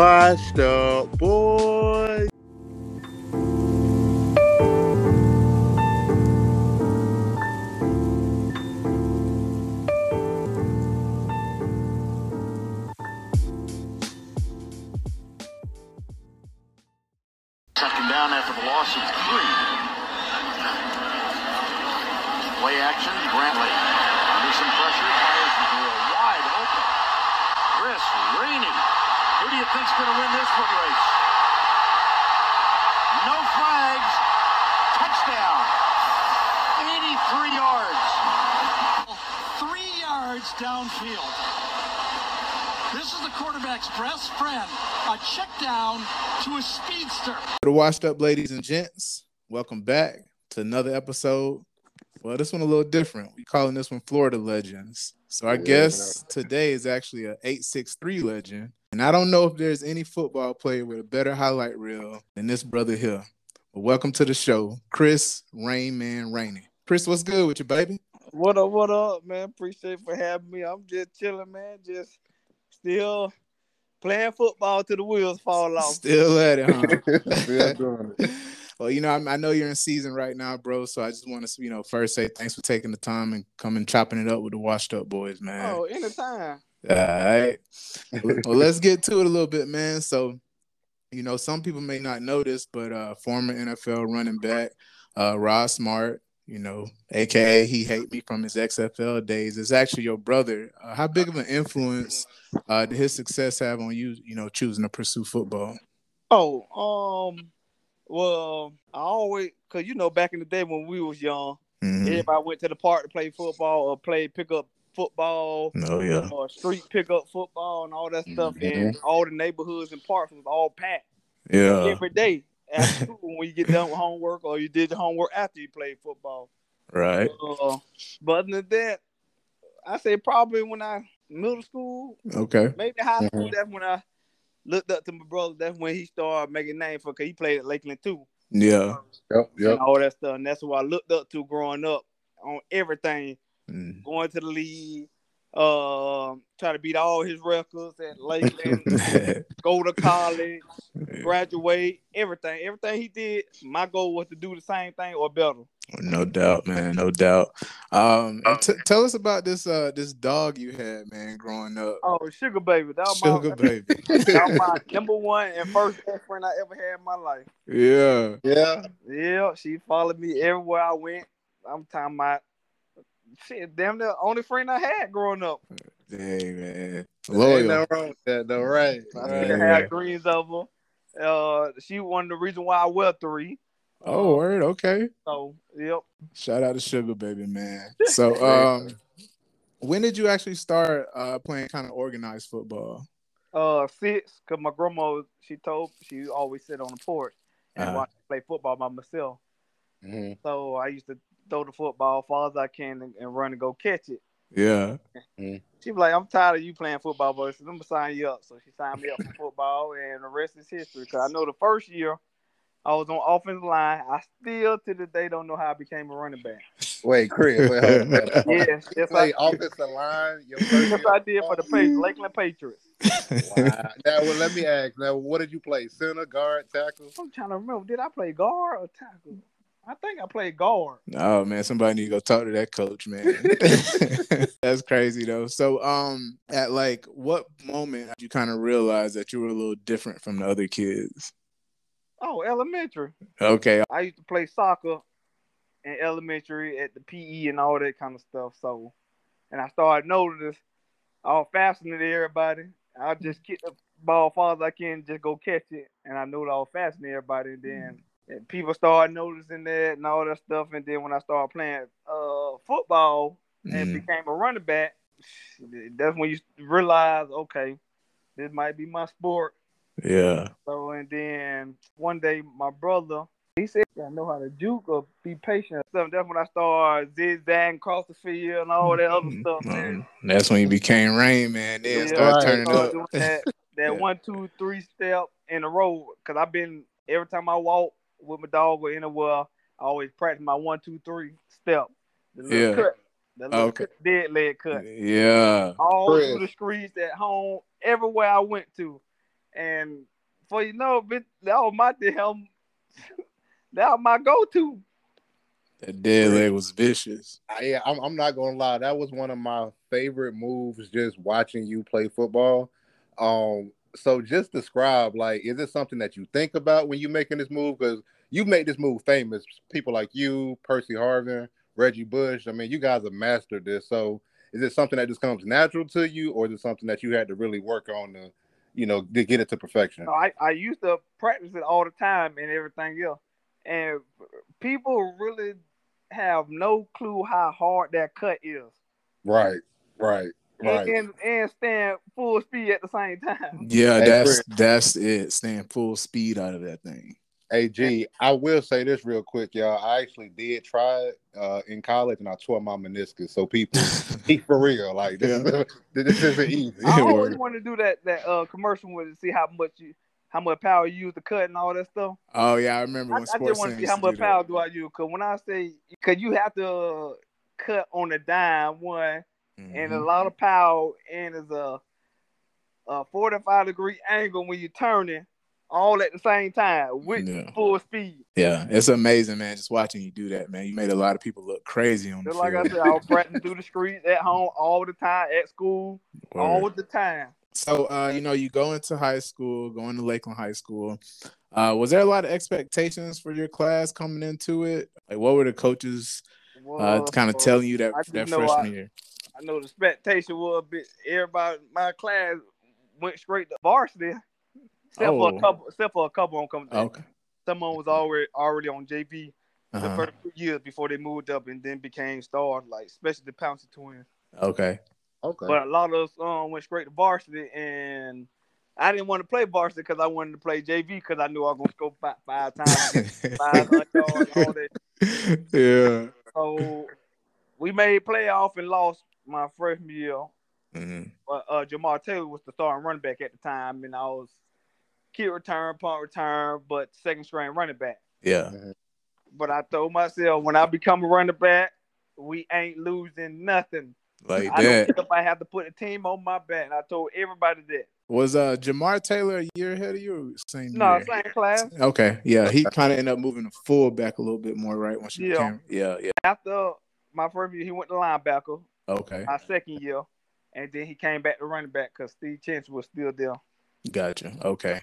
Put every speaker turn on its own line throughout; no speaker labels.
Washed up, boy.
Second down after the loss of three. Play action, Brantley. Under some pressure, fires the drill. Wide open. Chris Rainey. Who do you think's going to win this foot race? No flags. Touchdown. 83 yards. Three yards downfield. This is the quarterback's best friend. A check down to a speedster.
The washed up ladies and gents, welcome back to another episode. Well, this one a little different. We're calling this one Florida Legends. So I
Yeah.
guess today is actually a 863 legend. And I don't know if there's any football player with a better highlight reel than this brother here. But welcome to the show, Chris Rainman Rainey. Chris, what's good with you, baby?
What up, what up, man? Appreciate for having me. I'm just chilling, man. Just still playing football till the wheels fall off.
Still at it, huh?
Still doing it.
Well, you know, I'm, I know you're in season right now, bro. So I just want to, you know, first say thanks for taking the time and coming chopping it up with the washed up boys, man.
Oh, anytime.
All right. well, let's get to it a little bit, man. So, you know, some people may not know this, but uh former NFL running back, uh Rod Smart, you know, aka he hate me from his XFL days, is actually your brother. Uh, how big of an influence uh did his success have on you, you know, choosing to pursue football?
Oh, um, well, I always cause you know back in the day when we was young,
Mhm.
everybody went to the park to play football or play pickup football
Oh yeah.
or street pickup football and all that stuff. And
Mhm.
all the neighborhoods and parks was all packed.
Yeah.
every day after school when you get done with homework or you did your homework after you played football.
Right.
Uh, but other than that, I say probably when I middle school,
Okay.
maybe high school. That's when I looked up to my brother. That's when he started making name for. Cause he played at Lakeland too,
Yeah.
Yep, yep.
and all that stuff. And that's who I looked up to growing up on everything,
Mm.
going to the league. Um, try to beat all his records at Lakeland,
yeah.
go to college, graduate, everything. Everything he did, my goal was to do the same thing or better.
No doubt, man. No doubt. Um,
Oh,
and t- tell us about this uh this dog you had, man, growing up.
Oh, Sugar Baby. That was,
Sugar
my,
baby.
that was my number one and first best friend I ever had in my life.
Yeah.
Yeah.
Yeah, she followed me everywhere I went. I'm talking about shit, damn the only friend I had growing up.
Dang, man.
Ain't
Loyal.
nothing wrong with that, though, right?
I
Yeah,
still
right.
yeah.
had greens of her. Uh, she one of the reason why I wear three.
Oh, word. Okay.
So, yep.
Shout out to Sugar Baby, man. So, um, when did you actually start uh playing kind of organized football?
Uh, six, cause my grandma, she told, she always sit on the porch and
Uh-huh.
watch me play football by myself.
Mhm,
So I used to throw the football far as I can and, and run and go catch it.
Yeah.
She was like, I'm tired of you playing football, but I'm gonna sign you up. So she signed me up for football, and the rest is history. Cause I know the first year I was on offensive line, I still to this day don't know how I became a running back.
Wait, Chris. Wait, hold on.
Yes, yes,
Play
I,
offensive line. Your first
yes
year.
I did for the Patriots, Lakeland Patriots.
Wow. Now, well, let me ask. Now, what did you play? Center, guard, tackle?
I'm trying to remember, did I play guard or tackle? I think I played guard.
Oh man, somebody need to go talk to that coach, man. That's crazy though. So, um, at like what moment did you kind of realize that you were a little different from the other kids?
Oh, elementary.
Okay,
I used to play soccer in elementary at the PE and all that kind of stuff. So, and I started noticing I was faster than everybody. I just get the ball far as I can, just go catch it, and I knew that I was faster than everybody. And then and people started noticing that and all that stuff. And then when I started playing uh, football and
Mm.
became a running back, that's when you realize, okay, this might be my sport.
yeah,
So and then one day my brother he said I know how to juke or be patient. So that's when I started zigzagging across the field and all that other stuff. Man.
Um, that's when you became Rain Man. Then
Yeah,
start
right.
turning
Started
up.
doing that that
Yeah.
one two three step in a row because I've been every time I walk with my dog or anywhere I always practice my one two three step. The little
Yeah.
cut, the little
Okay.
cut, dead leg cut.
Yeah.
all
Chris.
through the streets at home, everywhere I went to. And for you know, bitch, that was my damn, that was my go-to.
That dead leg was vicious.
I, yeah, I'm, I'm not gonna lie. That was one of my favorite moves. Just watching you play football. Um, so just describe like, is it something that you think about when you making this move? Because you made this move famous. People like you, Percy Harvin, Reggie Bush. I mean, you guys have mastered this. So is it something that just comes natural to you, or is it something that you had to really work on to, you know, to get it to perfection?
No, I, I used to practice it all the time and everything else. And people really have no clue how hard that cut is.
Right, right, right.
And, and stand full speed at the same time.
Yeah,
Hey,
that's that's it. Staying full speed out of that thing.
Hey, G, I will say this real quick, y'all. I actually did try it uh, in college, and I tore my meniscus. So people, be for real, like this, this isn't easy.
I
It
always
worked.
want to do that that uh, commercial with it, see how much you how much power you use to cut and all that stuff.
Oh yeah, I remember
I,
when
I
sports
just want to
Center
see
used
how
to
much
do that.
power do I use? Cause when I say, cause you have to uh, cut on a dime one, and a
Mhm.
lot of power, and it's a, a forty-five degree angle when you're turning, all at the same time with
Yeah.
full speed.
yeah, it's amazing, man. Just watching you do that, man. You made a lot of people look crazy on the
Just like I
field.
said, I was practicing through the streets at home all the time, at school
Word.
all the time.
So uh, you know, you go into high school, going to Lakeland High School. Uh, was there a lot of expectations for your class coming into it? Like, what were the coaches uh,
Well,
kind of telling you that
I just
that
know
freshman
I-
year?
I know the expectation was a bit. Everybody, in my class went straight to varsity, except for
Oh.
a couple, except for a couple on coming.
Okay,
someone was already already on JV the
uh-huh.
first few years before they moved up and then became stars, like especially the Pouncey Twins.
okay,
Okay,
But a lot of us um, went straight to varsity, and I didn't want to play varsity because I wanted to play JV because I knew I was going to go five, five times, five hundred yards, all that.
yeah.
So we made playoff and lost my freshman year.
Mhm.
But uh, Jamar Taylor was the starting running back at the time, and I was kick return, punt return, but second string running back.
Yeah.
But I told myself when I become a running back, we ain't losing nothing.
Like
I
that.
don't care if I have to put a team on my back. And I told everybody that.
Was uh Jamar Taylor a year ahead of you or same
No,
year?
same class.
Okay. Yeah. He kind of ended up moving the fullback a little bit more, right? Once you
Yeah.
became Yeah, yeah.
After my first year, he went to linebacker.
Okay.
My second year, and then he came back to running back because Steve Chance was still there.
Gotcha. Okay.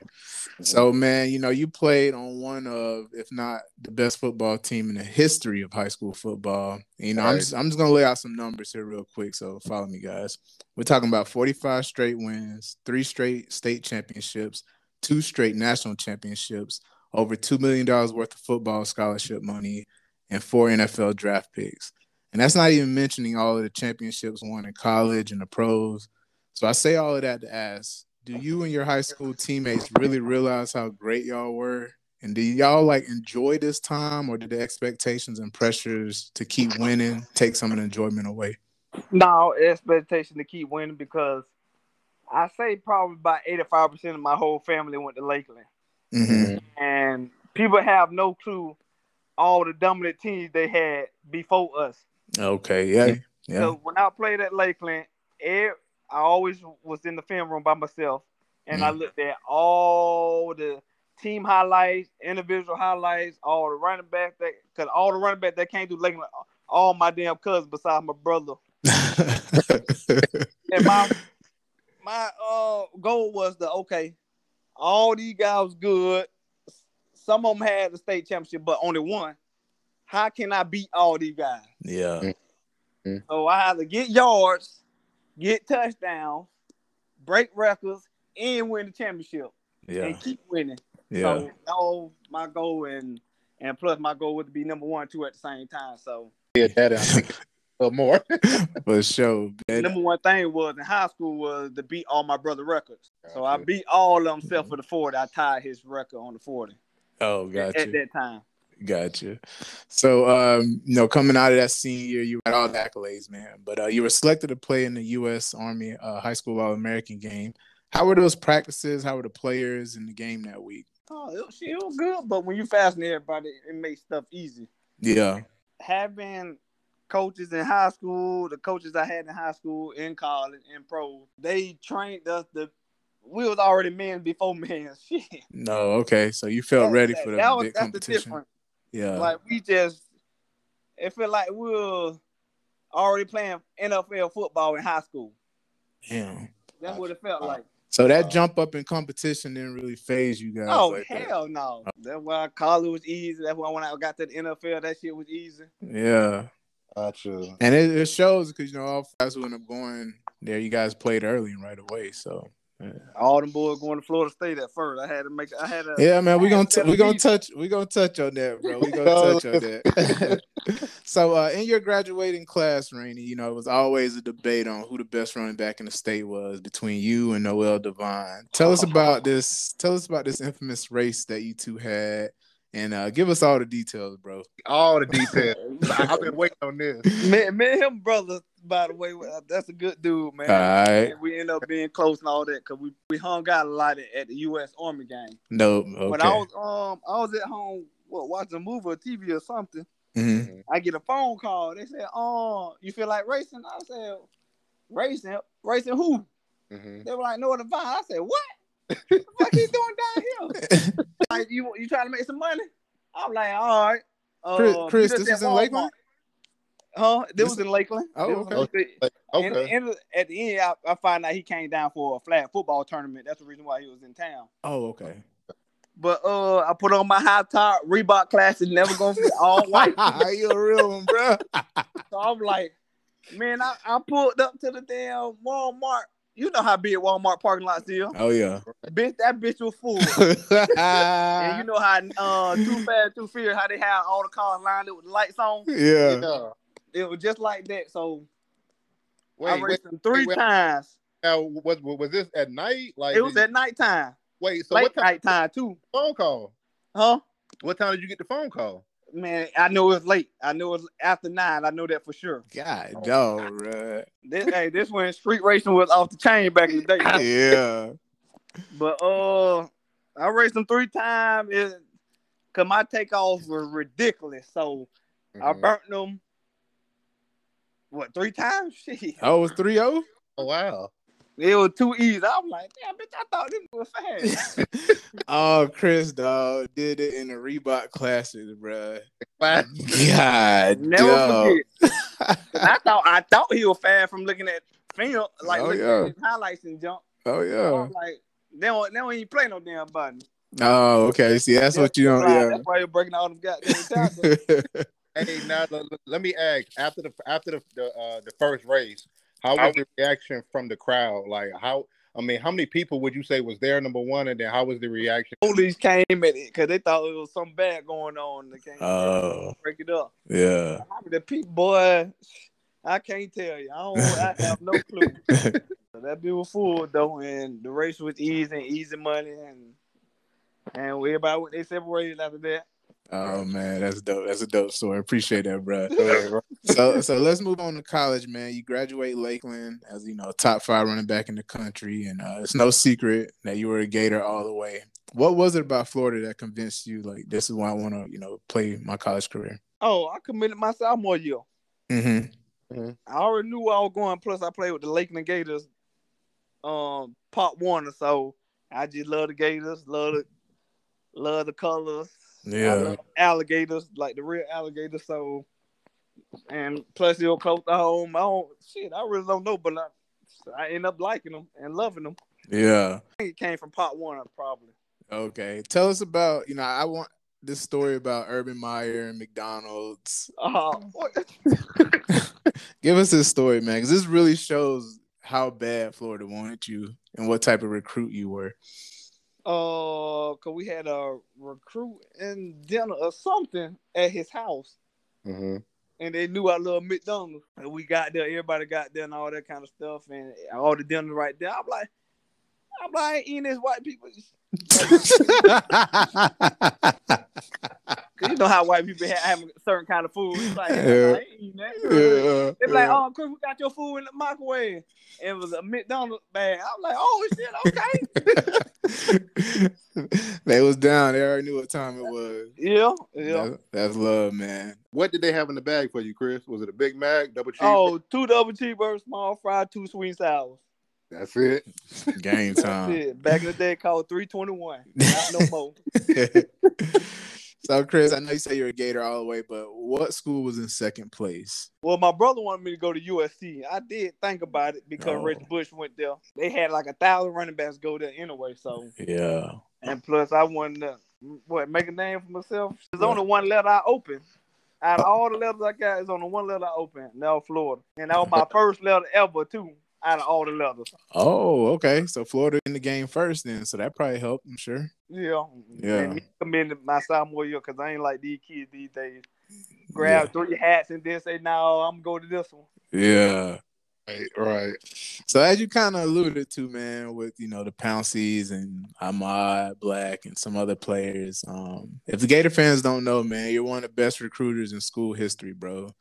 So man, you know, you played on one of, if not the best football team in the history of high school football. You know, I'm
Right.
just I'm just gonna lay out some numbers here real quick. So follow me, guys. We're talking about 45 straight wins, three straight state championships, two straight national championships, over two million dollars worth of football scholarship money, and four NFL draft picks. And that's not even mentioning all of the championships won in college and the pros. So I say all of that to ask, do you and your high school teammates really realize how great y'all were? And do y'all like enjoy this time or did the expectations and pressures to keep winning take some of the enjoyment away?
No expectation to keep winning because I say probably about eighty-five percent of my whole family went to Lakeland,
Mhm.
Mm-hmm. and people have no clue all the dominant teams they had before us.
Okay, yeah. Yeah.
So when I played at Lakeland, air, I always was in the film room by myself, and I looked at all the team highlights, individual highlights, all the running back that because all the running back that came through Lakeland, all my damn cousins besides my brother. And my my uh goal was the okay, all these guys was good. Some of them had the state championship, but only one. How can I beat all these guys?
yeah.
So I had to get yards, get touchdowns, break records, and win the championship
Yeah.
and keep winning.
Yeah.
So that was my goal and and plus my goal was to be number one two at the same time. So
yeah, that I think a little more.
For sure. man.
number one thing was in high school was to beat all my brother records. So I
Gotcha.
beat all of them
Mm-hmm.
except for the forty. I tied his record on the forty
Oh, gotcha.
at that time.
Gotcha. So, um, you know, coming out of that senior year, you had all the accolades, man. But uh, you were selected to play in the U.S. Army uh, High School All American game. How were those practices? How were the players in the game that week?
Oh, it, was- it was good, but when you fasten everybody, it makes stuff easy.
Yeah.
having coaches in high school, the coaches I had in high school, in college, in pro, they trained us to we was already men before men. Shit.
No, okay. So you felt ready
That-
for the
that was
big
that's the
competition. Uh.
difference.
yeah.
Like we just, it felt like we were already playing NFL football in high school.
Damn.
That's what it felt
Wow.
like.
So that
Wow.
jump up in competition didn't really phase you guys.
uh, Oh
like that. Uh.
hell no! That's why college was easy. That's why when I got to the NFL, that shit was easy.
Yeah.
Gotcha.
And it, it shows because you know all guys who end up going there, you guys played early and right away. So
All them boys going to Florida State at first. I had to make. I had to.
yeah, man, we're gonna t-
Yeah,
we gonna
please.
touch we gonna touch on that, bro. We're gonna touch on that. so uh, in your graduating class, Rainey, you know, it was always a debate on who the best running back in the state was between you and Noel Devine. Tell us about this, tell us about this infamous race that you two had and uh, give us all the details, bro.
All the details. I've been waiting on this.
Me, me and him brothers, by the way, uh, that's a good dude, man.
All right.
And we end up being close and all that because we, we hung out a lot at, at the U.S. Army game.
No, okay.
When I was um I was at home what, watching a movie or TV or something,
Mhm.
I get a phone call. They said, "Oh, you feel like racing?" I said, "Racing, racing who?"
Mhm.
They were like, "No, the vine." I said, "What? the fuck he doing down here? like you you trying to make some money?" I'm like, "All right." Uh,
Chris-
you
Chris,
just
this
at
is in
Walmart.
Lakeland?
Huh? This,
This-
was in Lakeland.
Oh,
This was in
okay.
Lakeland.
Okay.
And, and at the end, I, I find out he came down for a flag football tournament. That's the reason why he was in town.
Oh, okay.
But uh, I put on my high top Reebok classes, never going for all white.
you a real one, bro.
so I'm like, man, I, I pulled up to the damn Walmart. You know how big Walmart parking lots is.
Oh yeah.
Bitch, that bitch was full. and you know how uh, Too Fast, Too Fear, how they had all the cars lined up with lights on.
yeah.
Yeah.
It was just like that. So
Wait,
I
wait,
raced them three
wait.
times.
now was was this at night? Like
It was
did-
at nighttime,
wait. So
late
what time
night time too,
did you get the phone call?
huh?
What time did you get the phone call?
Man, I know it was late. I know it was after nine. I know that for sure.
God, dog, bro.
This hey, this when street racing was off the chain back in the day.
Yeah.
But uh, I raced them three times. It, Cause my takeoffs were ridiculous. So I
Mhm.
burnt them. What three times? Shit,
Oh, it was 3 0?
Oh wow.
it was too easy. I'm like, damn, bitch, I thought this was fast.
oh, Chris, dog, did it in the Reebok classes, bro.
Wow.
God,
Never
dog.
forget. 'Cause I thought I thought he was fast from looking at film, like
Oh,
looking
yeah.
at his highlights and jump.
Oh,
So
yeah.
I'm like, they don't, they don't even play no damn button.
Oh, okay. See, that's what you
Right,
don't.
That's why you're breaking all them goddamn tackles.
Yeah.
Hey, now l- l- let me ask. After the after the the, uh, the first race, how was the reaction from the crowd? Like how? I mean, how many people would you say was there? Number one, and then how was the reaction?
Police came at it because they thought it was something bad going on. They came
Oh,
break it up.
yeah.
How many people, boy? I can't tell you. I don't. I have no clue. So that bitch was full though, and the race was easy and easy money, and and everybody went- they separated after that.
Oh man, that's dope. That's a dope story. Appreciate that, bro.
Uh,
so so let's move on to college, man. You graduate Lakeland as you know, top five running back in the country, and uh, it's no secret that you were a Gator all the way. What was it about Florida that convinced you like this is why I want to you know play my college career?
Oh, I committed my sophomore year.
Mm-hmm.
I already knew where I was going. Plus, I played with the Lakeland Gators, um, Pop Warner. So I just love the Gators, love the, love the colors. I
Yeah.
love alligators, like the real alligators. So, and plus, they were close to home. I don't, shit, I really don't know, but I, I end up liking them and loving them.
Yeah.
I think it came from Pop Warner, probably.
Okay. Tell us about you know I want this story about Urban Meyer and McDonald's.
Uh, what-
Give us this story, man, because this really shows how bad Florida wanted you and what type of recruit you were.
uh, cause we had a recruit and dinner or something at his house.
mhm.
and they knew I loved McDonald's. And we got there, everybody got there and all that kind of stuff, and all the dinners right there. I'm like, I'm like, I ain't eating this white people. 'Cause you know how white people have, have a certain kind of food. It's like, I ain't eating that. They be like, oh, Chris, we got your food in the microwave. And it was a McDonald's bag. I'm like, oh, shit, okay.
they was down. They already knew what time it was.
yeah, yeah.
That's, that's love, man.
What did they have in the bag for you, Chris? Was it a Big Mac, double cheese?
Oh, two double cheeseburgers, small fry, two sweet and sours.
That's it.
Game time.
Shit, back in the day, called 321. Not no more.
so, Chris, I know you say you're a Gator all the way, but what school was in second place?
Well, my brother wanted me to go to USC. I did think about it because
Oh.
Rich Bush went there. They had like a thousand running backs go there anyway. So,
Yeah.
and plus, I wanted to what make a name for myself. There's only one letter I open. Out of all the letters I got, it's only one letter I open. Now Florida, and that was my first letter ever too. Out of all the letters,
Oh, okay. So Florida in the game first, then. So that probably helped. I'm sure.
yeah.
Yeah.
And he commended my sophomore year because I ain't like these kids these days. Grab three hats and then say, "No, I'm gonna go to this one."
Yeah.
Right, right.
So as you kind of alluded to, man, with you know the Pouncies and Ahmad Black and some other players. Um, if the Gator fans don't know, man, you're one of the best recruiters in school history, bro.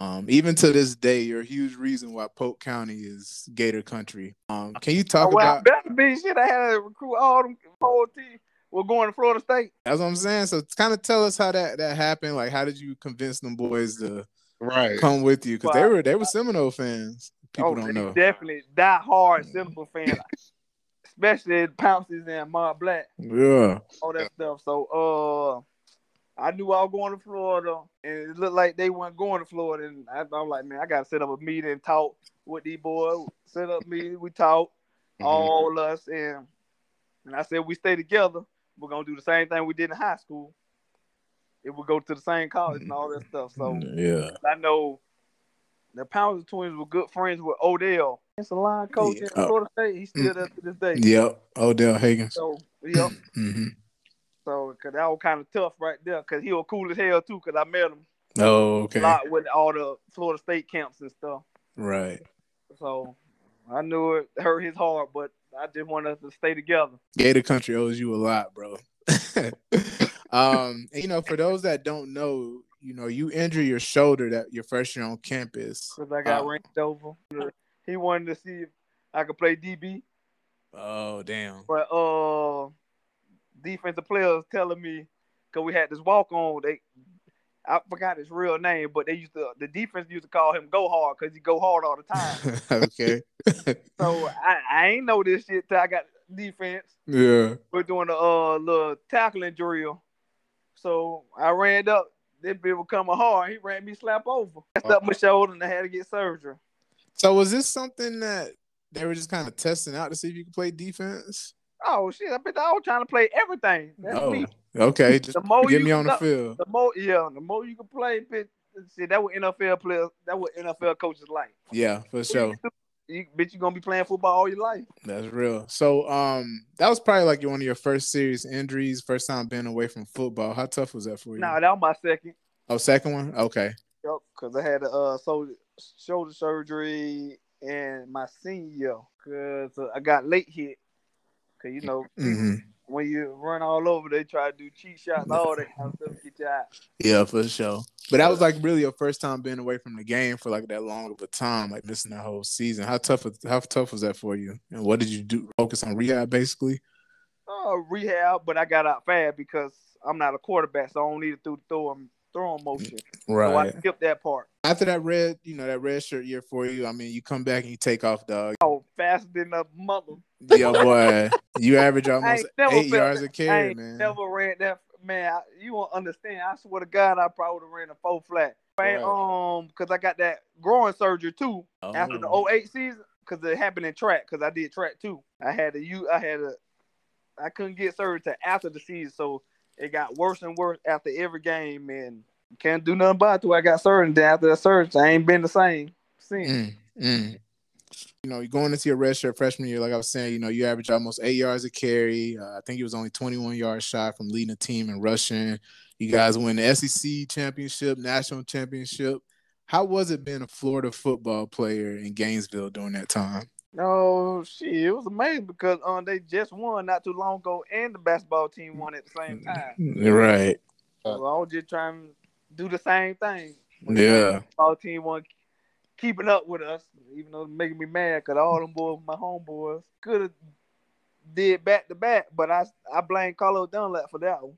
Um, even to this day, you're a huge reason why Polk County is Gator country. Um, can you talk
Oh, well,
about?
I better be shit. I had to recruit all them whole team. We're going to Florida State.
That's what I'm saying. So kind of tell us how that that happened. Like, how did you convince them boys to
Right.
come with you? Because they
Well,
were they were Seminole fans. People
oh,
don't
they
know. Mm.
Definitely die hard Simple fan, especially the Pounces and Mob Black,
Yeah.
all that stuff. So, uh, I knew I was going to Florida, and it looked like they weren't going to Florida. And I, I'm like, man, I got to set up a meeting and talk with these boys. Set up meeting, we talk,
Mm-hmm.
all us, and and I said we stay together. We're gonna do the same thing we did in high school. It would go to the same college and all that stuff. So.
Mm-hmm. Mm, yeah.
I know the Pounder twins were good friends with Odell. It's a line coach
Yeah. Oh.
in Florida State. He's still there to this day.
Yep. Odell Higgins.
So, yep.
hmm
so, cause that was kind of tough right there. Cause he was cool as hell too. Cause I met him
Oh,
a
okay.
lot with all the Florida State camps and stuff.
Right.
So, I knew it hurt his heart, but I just wanted us to stay together.
Gator Country owes you a lot, bro. um, and, you know, for those that don't know, you know, you injure your shoulder that your first year on campus.
Cause I got
Oh.
ranked over. He wanted to see if I could play DB,
Oh, damn.
but uh, defensive players telling me because we had this walk on. They I forgot his real name, but they used to the defense used to call him Go Hard because he go hard all the time.
okay.
so I, I ain't know this shit till I got defense.
Yeah.
We're doing a uh, little tackling drill. So I ran up. This bitch was coming hard. He ran me slap over. Messed up my shoulder and I had to get surgery.
So was this something that they were just kind of testing out to see if you could play defense?
Oh shit! I bet I was trying to play everything. That's
Oh,
me.
okay. Just
The more
get
you
me on the
suck-
field.
The more yeah, the more you can play, bitch. See, that what NFL players, that what NFL coaches like.
Yeah, for sure.
You, bitch, you gonna be playing football all your life.
That's real. So, um, that was probably like one of your first serious injuries, first time being away from football. How tough was that for you?
Nah, that was my second.
Oh, second one. Okay.
Yep, because I had a uh, shoulder, shoulder surgery and my senior year because I got late hit. Because, you know,
hmm
when you run all over, they try to do cheat shots, and all that kind of stuff, to get you out.
Yeah, for sure. But that was like really your first time being away from the game for like that long of a time, like missing that whole season. How tough? was- How tough was that for you? And what did you do? Focus on rehab, basically.
Oh, rehab, but I got out fast because I'm not a quarterback, so I don't need to do throwing, throwing motion. So I skipped that part.
After that red, you know, that red shirt year for you. I mean, you come back and you take off, dog.
Oh, faster than a mother.
Yeah, boy. you average
I
almost
ain't never
eight
felt
yards
that-
a
I
carry,
ain't
man.
never ran that man. I, you won't understand. I swear to God, I probably would have ran a four flat.
Right.
Man, um, cause I got that groin surgery too
Oh.
after the 08 season, cause it happened in track. Cause I did track too. I had a you. I had a. I couldn't get surgery till after the season, so it got worse and worse after every game, and can't do nothing about it. till I got surgery, and then after that surgery, I ain't been the same since.
Mm, mm. You know, you're going into your red shirt freshman year, like I was saying, you know, you average almost eight yards a carry. Uh, I think he was only 21 yards shy from leading a team in rushing. You guys win the SEC championship, national championship. How was it being a Florida football player in Gainesville during that time?
Oh shit, it was amazing because um they just won not too long ago and the basketball team won at the same time.
Right.
So I was just trying to do the same thing.
Yeah.
Basketball team won keeping up with us, even though it's making me mad because all them boys, my homeboys, could have did back to back, but I I blame Carlo Dunlap for that one.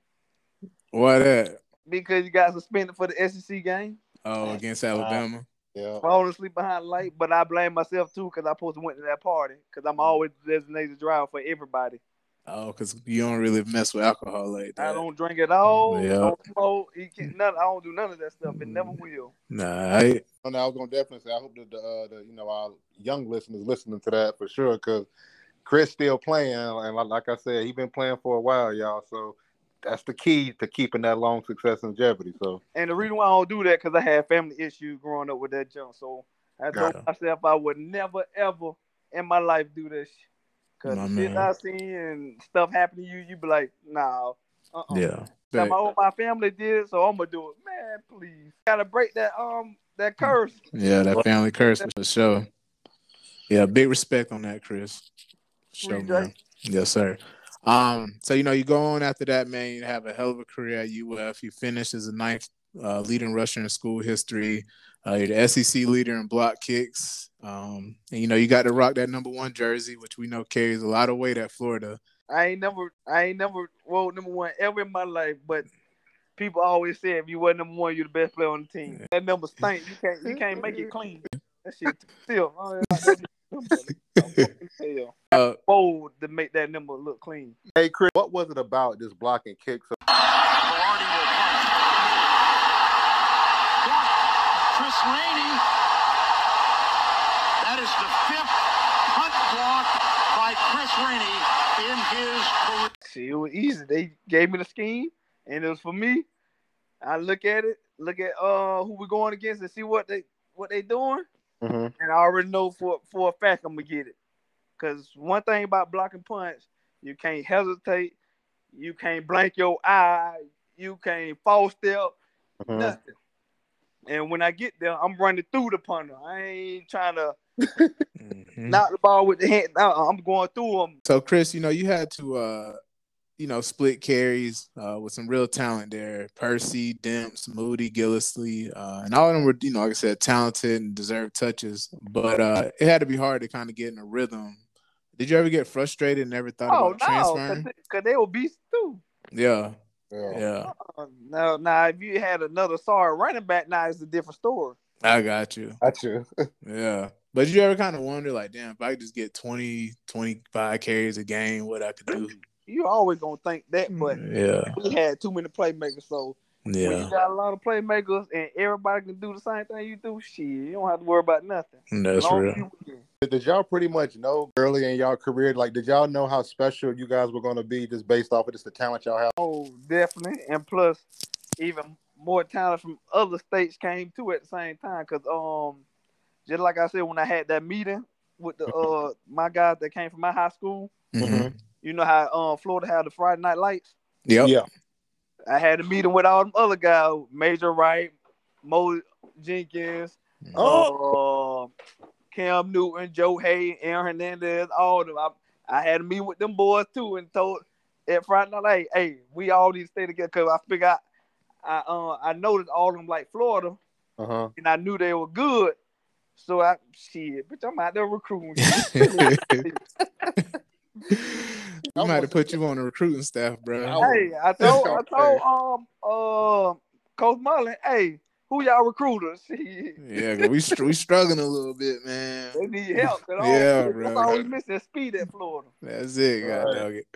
Why that?
Because you got suspended for the SEC game.
Oh, against Alabama.
Yeah.
falling asleep behind the light, but I blame myself too because I supposed to went to that party because I'm always designated driver for everybody.
Oh, because you don't really mess with alcohol like that.
I don't drink at all.
Yeah.
Don't smoke. You can't, none, I don't do none of that stuff. It never will.
Nah, I,
And I was gonna definitely say I hope that the, uh, the you know our young listeners listening to that for sure because Chris still playing and like, like I said he been playing for a while y'all so that's the key to keeping that long success and longevity. So
And the reason why I don't do that because I had family issues growing up with that junk. So I told
Gotcha.
myself I would never ever in my life do this. Cause
My
the shit
man.
I seen and stuff happen to you, you be like, nah, uh, uh
yeah.
Now, my, oh, my family did, so I'm gonna do it. Man, please, gotta break that um that
Hmm.
curse.
Yeah, that family curse for sure. Yeah, big respect on that, Chris. Sure,
Please,
man.
Jay.
Yes, sir. Um, so you know, you go on after that, man. You have a hell of a career at UF. You finish as a ninth uh, leading rusher in school history. Uh, you're the SEC leader in block kicks. Um, and you know, you got to rock that number one jersey, which we know carries a lot of weight at Florida.
I ain't never, I ain't never rolled number one ever in my life, but people always say if you were number one, you're the best player on the team. That number stink. You can't, you can't make it clean. That shit still. I don't know how that is. Hell.
Uh,
Bold to make that number look clean.
hey Chris, what was it about this blocking kick? So
Berardi will punch. Caught. Chris Rainey. That is the fifth punt block by Chris Rainey in his career.
See, it was easy. They gave me the scheme, and it was for me. I look at it, look at uh who we're going against, and see what they what they doing.
Mm-hmm.
and I already know for for a fact I'm gonna get it. Cause one thing about blocking punts, you can't hesitate, you can't blank your eye, you can't false step,
Mm-hmm.
nothing. And when I get there, I'm running through the punter. I ain't trying to
mhm.
knock the ball with the hand. No, I'm going through him.
So Chris, you know, you had to uh you know, split carries uh, with some real talent there. Percy, Demps, Moody, Gillisley, uh, and all of them were, you know, like I said, talented and deserved touches. But uh, it had to be hard to kind of get in a rhythm. Did you ever get frustrated and never thought
Oh
about
no, cause,
transferring?
they- 'cause they will beast too.
Yeah,
Yeah.
yeah,
Uh, no, now if you had another sorry running back, now it's a different story.
I got you.
Gotcha.
Yeah. But did you ever kind of wonder, like, damn, if I could just get 20, 25 carries a game, what I could do?
You always gonna think that, but
yeah,
we had too many playmakers, so When you
yeah,
got a lot of playmakers and everybody can do the same thing you do, shit, you don't have to worry about nothing.
that's
Long
real.
as you win.
Did, did y'all pretty much know early in y'all career? Like, did y'all know how special you guys were gonna be just based off of just the talent y'all have?
Oh, definitely. And plus, even more talent from other states came too at the same time. Cause um, just like I said, when I had that meeting with the uh my guys that came from my high school,
Mhm.
you know how um Florida had the Friday night lights.
Yep.
Yeah.
I had a meeting with all them other guys, Major Wright, Mo Jenkins, Oh, Cam Newton, Joe Hay, Aaron Hernandez, all of them. I, I had a meeting with them boys too, and told at Friday night, like, hey, we all need to stay together because I figure I, I, uh, I noticed all of them like Florida,
Uh huh.
and I knew they were good. So I, shit, bitch, I'm out there recruiting.
we might have put you on the recruiting staff, bro.
hey, I told, I told, um, uh, Coach Mullen, hey, who y'all recruiters? Shit,
Yeah, 'cause we str- we struggling a little bit, man.
they need help. At all.
Yeah,
That's
bro.
all we missing is speed at Florida.
That's it, God
Right.
dog it.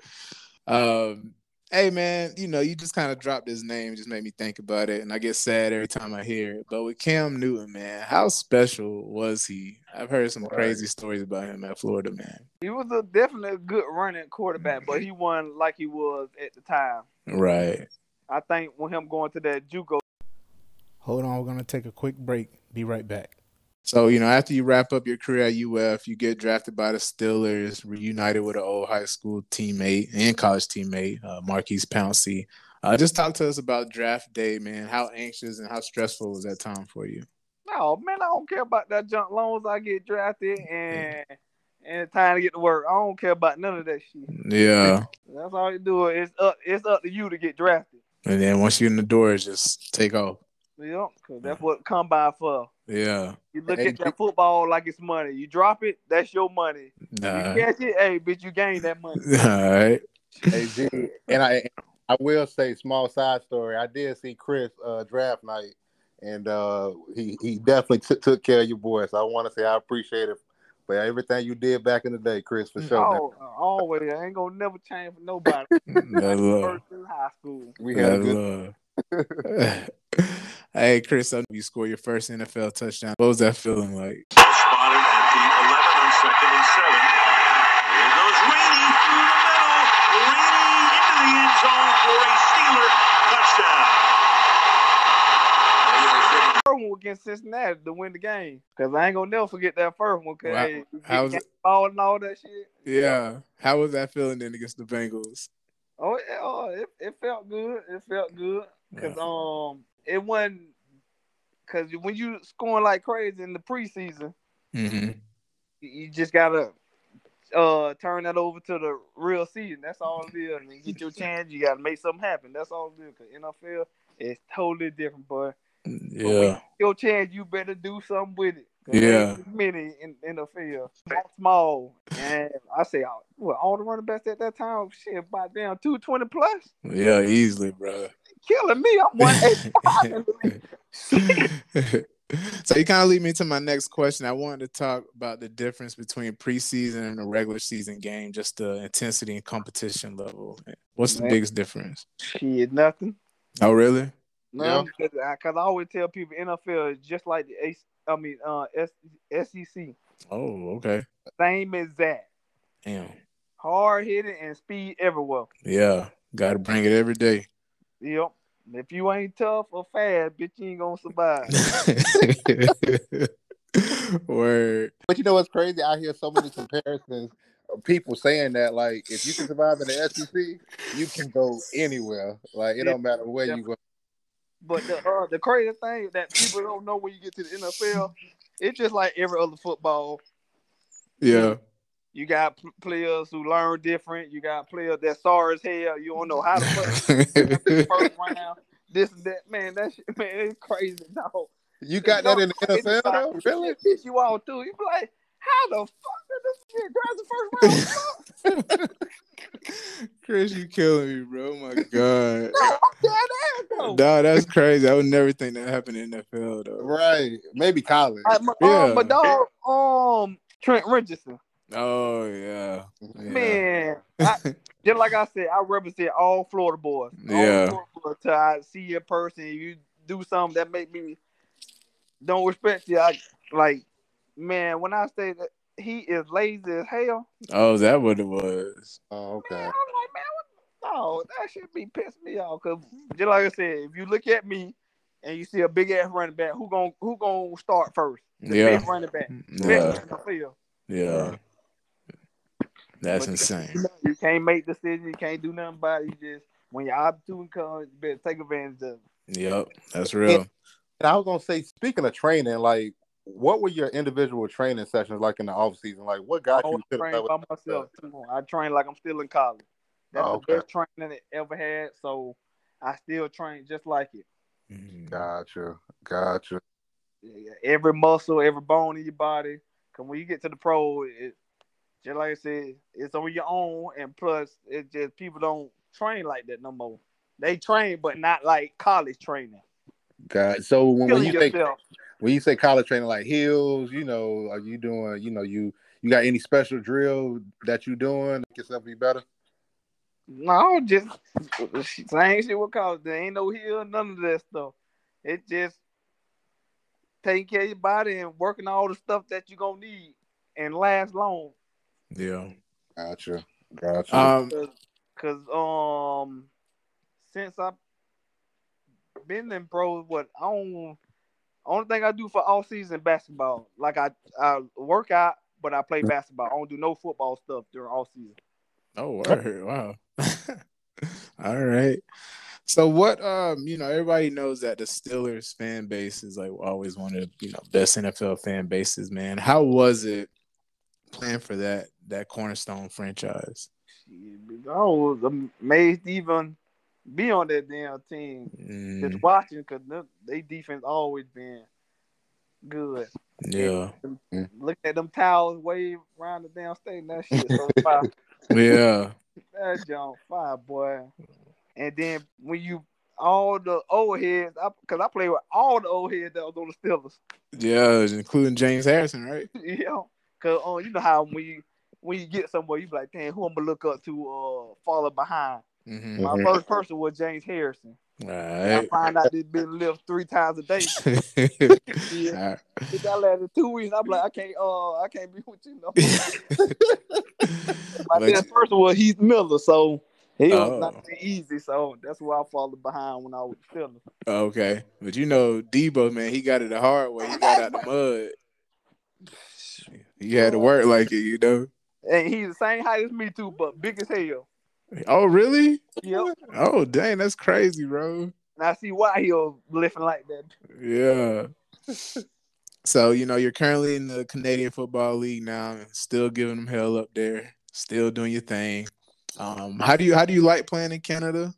Um, hey man, you know, you just kind of dropped his name, just made me think about it, and I get sad every time I hear it. But with Cam Newton, man, how special was he? I've heard some
Right.
crazy stories about him at Florida, man.
He was a definitely a good running quarterback, but he wasn't like he was at the time.
Right.
I think with him going to that JUCO,
Hold on, we're going to take a quick break. Be right back.
So, you know, after you wrap up your career at UF, you get drafted by the Steelers, reunited with an old high school teammate and college teammate, uh, Marquise Pouncey. Uh, just talk to us about draft day, man. How anxious and how stressful was that time for you?
no man, I don't care about that junk. Long as I get drafted and and it's time to get to work, I don't care about none of that shit.
Yeah.
That's all you do. It's up. It's up to you to get drafted.
And then once you're in the door, it's just take off.
You know, 'cause that's what combine for.
Yeah.
You look
And
at that football like it's money. You drop it, that's your money.
Nah.
You catch it, hey bitch, you gain that money.
All right.
Hey, G, and I, I will say, small side story. I did see Chris uh, draft night, and uh, he he definitely took took care of your boy. So I want to say I appreciate it for everything you did back in the day, Chris, for sure. man.
Oh, uh, always. I ain't gonna never change for nobody.
That love.
First in high school.
We had a
That
good.
love. hey, Chris, I know you score your first NFL touchdown. What was that feeling like?
Spotted at the 11 on second and seven. Here goes Rainey through the middle. Rainey into the end zone for a Steeler touchdown.
First one against Cincinnati to win the game. Cause I ain't gonna never forget that first one. Cause
Wow.
hey,
How was
gang
it?
ball and all that shit.
Yeah. How was that feeling then against the Bengals?
Oh, it, oh, it, it felt good. It felt good. Cause
Yeah.
um, it wasn't. Cause when you scoring like crazy in the preseason,
Mm-hmm.
you- you just gotta uh turn that over to the real season. That's all it is. And get your chance. You gotta make something happen. That's all it is. Cause NFL is totally different, but
Yeah.
your chance, you better do something with it. 'Cause
Yeah.
there's many in, in the field. Mark Small and I say all- what, all the running backs at that time. Shit, about damn two twenty plus,
Yeah, easily, bro.
killing me. I'm one eighty five.
so you kind of lead me to my next question. I wanted to talk about the difference between preseason and a regular season game, just the intensity and competition level. What's the
Man.
biggest difference?
Shit, nothing.
Oh, really?
No, because I, 'cause I always tell people NFL is just like the AC, I mean uh, S, SEC.
Oh, okay.
Same as that.
Damn.
Hard hitting and speed everywhere.
Yeah. Got to bring it every day.
Yep. If you ain't tough or fast, bitch, you ain't gonna survive.
Word.
But you know what's crazy? I hear so many comparisons of people saying that like if you can survive in the SEC, you can go anywhere. Like it don't matter where you go.
but the uh, the crazy thing that people don't know when you get to the NFL, it's just like every other football.
Yeah.
You got p- players who learn different. You got players that sorry as hell. You don't know how to play first round. This and that. Man, that shit, man, it's crazy. No.
You got that in the
It's
NFL though?
like,
Really?
It piss you all too. You be like, how the fuck did this kid grab the first round?
Chris, you killing me, bro. Oh my God.
No, I'm dead ass though.
No, that's crazy. I would never think that happened in NFL though.
Right. Maybe college.
Like my,
Yeah.
um, my dog, um, Trent Richardson.
Oh yeah. Yeah.
Man, I, just like I said, I represent all Florida boys. All
Yeah.
Florida boys, till I see you in person, you do something that make me don't respect you. I like, man, when I say that he is lazy as hell,
Oh, is that what it was?
Oh,
man,
okay.
I'm like, man, what? no, that should be pissing me off. Cause just like I said, if you look at me and you see a big ass running back, who gon' who gonna start first? The
Yeah.
best running back, best
Yeah.
in the field.
Yeah. That's
But-
insane.
You can't make decisions. You can't do nothing about it. You just when your opportunity comes, you better take advantage of it.
Yep. That's real.
And I was gonna say, speaking of training, like what were your individual training sessions like in the off season? Like what
I
got you
always
to the
train
level?
by myself. too. I train like I'm still in college. That's
Oh, okay.
the best training I ever had. So I still train just like it.
Gotcha. Gotcha.
Yeah, Every muscle, every bone in your body. Cause when you get to the pro, it just like I said, it's on your own. And plus, it just people don't train like that no more. They train, but not like college training.
God. So when, when
Killing
you think
yourself.
when you say college training like hills, you know, are you doing, you know, you you got any special drill that you doing to make yourself be better?
No, just same shit with college. There ain't no hill, none of that stuff. It just taking care of your body and working all the stuff that you're gonna need and last long.
Yeah.
Gotcha. Gotcha.
Um
Cause um since I've been in pro what I don't only thing I do for all season basketball. Like I I work out, but I play basketball. I don't do no football stuff during all season.
Oh word. Wow. All right. So what um, you know, everybody knows that the Steelers fan base is like always one of the you know best NFL fan bases, man. How was it playing for that that cornerstone franchise?
Shit, I was amazed to even be on that damn team.
Mm,
just watching because they defense always been good.
yeah.
Look at them towers wave around the damn stadium. That shit so fire.
Yeah.
That jump fire, boy. And then when you all the old heads, because I, played with all the old heads that was on the Steelers.
Yeah, including James Harrison, right?
yeah, because um, you know how when you when you get somewhere, you be like, damn, who I'm gonna look up to uh follow behind?
Mm-hmm.
Mhm.
My first person was James Harrison.
All
I
right.
find out this been lived three times a day.
All
If that lasted two weeks, I'm like, I can't, uh, I can't be with you. No.
right.
My
But-
next person was Heath Miller, so he
Oh.
was not that easy. So that's why I followed behind when I was feeling.
okay, but you know Debo, man, he got it the hard way. He got out the mud. He had to work like it, you know.
And he's the same height as me too, but big as hell.
Oh, really?
Yep.
Oh, dang, that's crazy, bro.
And I see why he was lifting like that.
Yeah. so you know you're currently in the Canadian Football League now, and still giving them hell up there, still doing your thing. Um, how do you how do you like playing in Canada?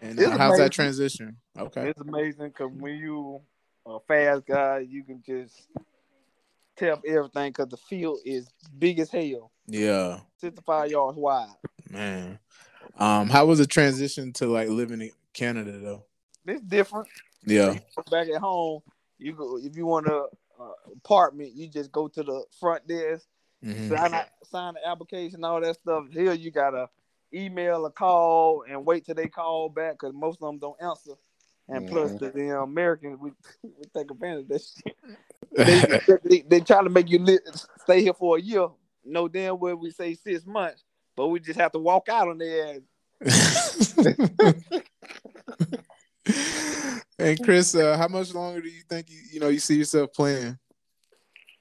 And
It's
uh, how's that
amazing.
transition? Okay.
It's amazing because when you a fast guy, you can just tell everything because the field is big as hell,
Yeah,
sixty-five yards wide.
man. Um, how was the transition to like living in Canada though?
It's different.
Yeah.
back at home, you go if you want a uh, apartment, you just go to the front desk,
Mhm.
sign out- sign the application, all that stuff. Here you gotta email a call and wait till they call back because most of them don't answer. And plus, the damn Americans, we, we take advantage of that shit.
Mm-hmm.
They, they, they try to make you li- stay here for a year. No damn well we say six months, but we just have to walk out on their ass.
and Chris, uh, how much longer do you think you you know you see yourself playing?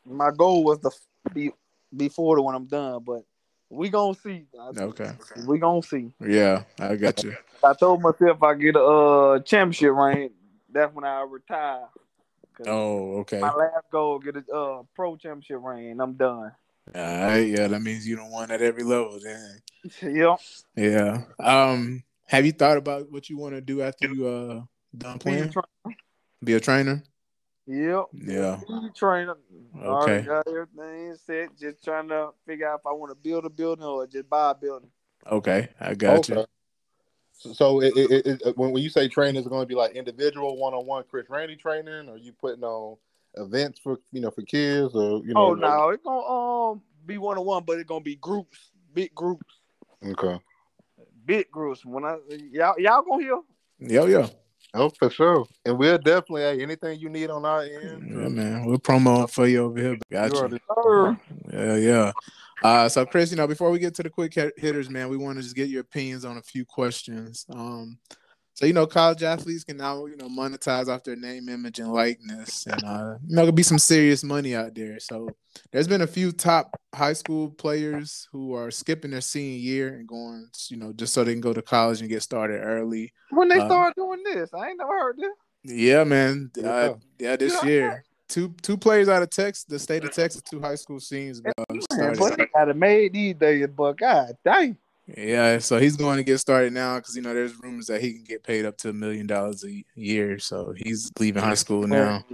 My goal was to f- be before the when I'm done, but we gonna see.
Okay.
We gonna see.
Yeah, I got you.
I told myself if I get a uh, championship ring, that's when I retire. 'Cause
Oh, okay.
My
All
last goal get a uh, pro championship ring, and I'm done.
right. Yeah, that means you don't win at every level then.
yep.
Yeah. Um, have you thought about what you want to do after you uh done playing? Be a trainer?
Yep.
Yeah.
Speed Trainer.
Okay.
Already got everything set. Just trying to figure out if I want to build a building or just buy a building.
Okay, I got you.
Okay. So- So it, it, it, it- when when you say training, is going to be like individual one on one Chris Randy training, or you putting on events for you know for kids, or you know?
Oh no, it's gonna um be one on one, but it's gonna be groups, big groups,
Okay.
big groups. When I y'all y'all gonna hear
Yo, yo.
Oh, for sure. And we'll definitely hey, anything you need on our end.
Yeah, man. We're promoing for you over here. Got
you
you.
already-
Sir,
Yeah, yeah. Uh, so Chris, you know, before we get to the quick hit- hitters, man, we want to just get your opinions on a few questions. Um, so you know, college athletes can now you know monetize off their name, image, and likeness, and uh, you know, could be some serious money out there. So there's been a few top high school players who are skipping their senior year and going, you know, just so they can go to college and get started early.
when they
Uh,
start doing this, I ain't never heard this.
Yeah, man. Uh,
Yeah.
yeah, this year, two two players out of Texas, the state of Texas, two high school seniors. uh,
Man,
started.
but they got it made these days, but god dang.
Yeah, so he's going to get started now because you know there's rumors that he can get paid up to a million dollars a year. So he's leaving high school now.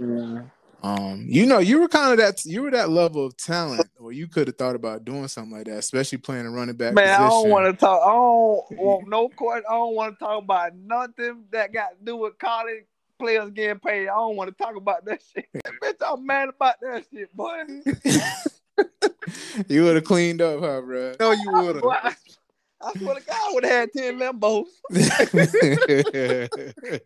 Um, you know, you were kind of that you were that level of talent, or you could have thought about doing something like that, especially playing a running back.
Man, I don't
position.
want to talk. I don't want no court. I don't want to talk about nothing that got to do with college players getting paid. I don't want to talk about that shit. Bitch, I'm mad about that shit, boy.
you would have cleaned up, huh, bro?
No, you would
Boy, I, I swear to God, I would have had 10 Lambos.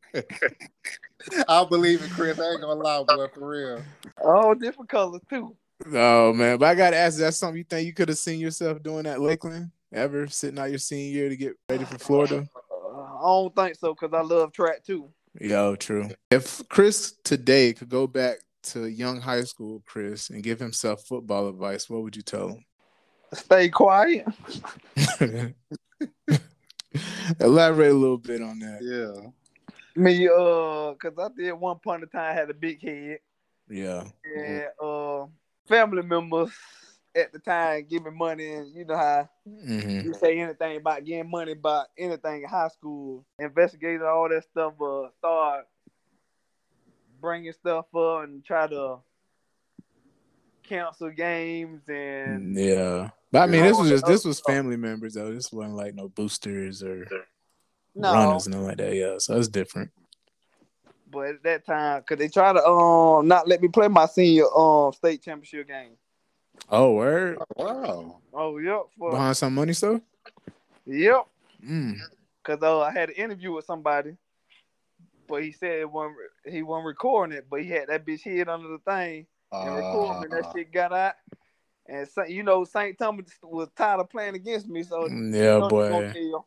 I believe it, Chris. I ain't gonna lie, boy, for real.
All different colors, too.
oh man, but I gotta ask, is that something you think you could have seen yourself doing at Lakeland? Ever sitting out your senior year to get ready for Florida?
Uh, I don't think so because I love track, too.
Yo, true. If Chris today could go back to young high school Chris and give himself football advice, what would you tell
Stay quiet.
him? Elaborate a little bit on that.
Yeah.
Me, uh, because I did one point in time had a big head.
Yeah.
and uh, family members at the time giving money, and you know how
hmm
you say anything about getting money about anything in high school, investigated all that stuff, uh, start bringing stuff up and try to cancel games and
Yeah. But I mean, this was just this was family members though. This wasn't like no boosters or
No.
Mm-hmm. runners and nothing like that. Yeah, so it's different.
But at that time, because they tried to um not let me play my senior um state championship game.
Oh, word
Wow.
Oh, yep. For,
behind some money stuff.
Yep.
Mm.
Because uh, I had an interview with somebody, but he said it wasn't, he wasn't recording it, but he had that bitch hid under the thing and recording
Ah.
Ah.
and that shit got out. And Saint, you know, St. Thomas was tired of playing against me, so
Yeah,
Thomas gonna
Mm, oh, boy.
kill.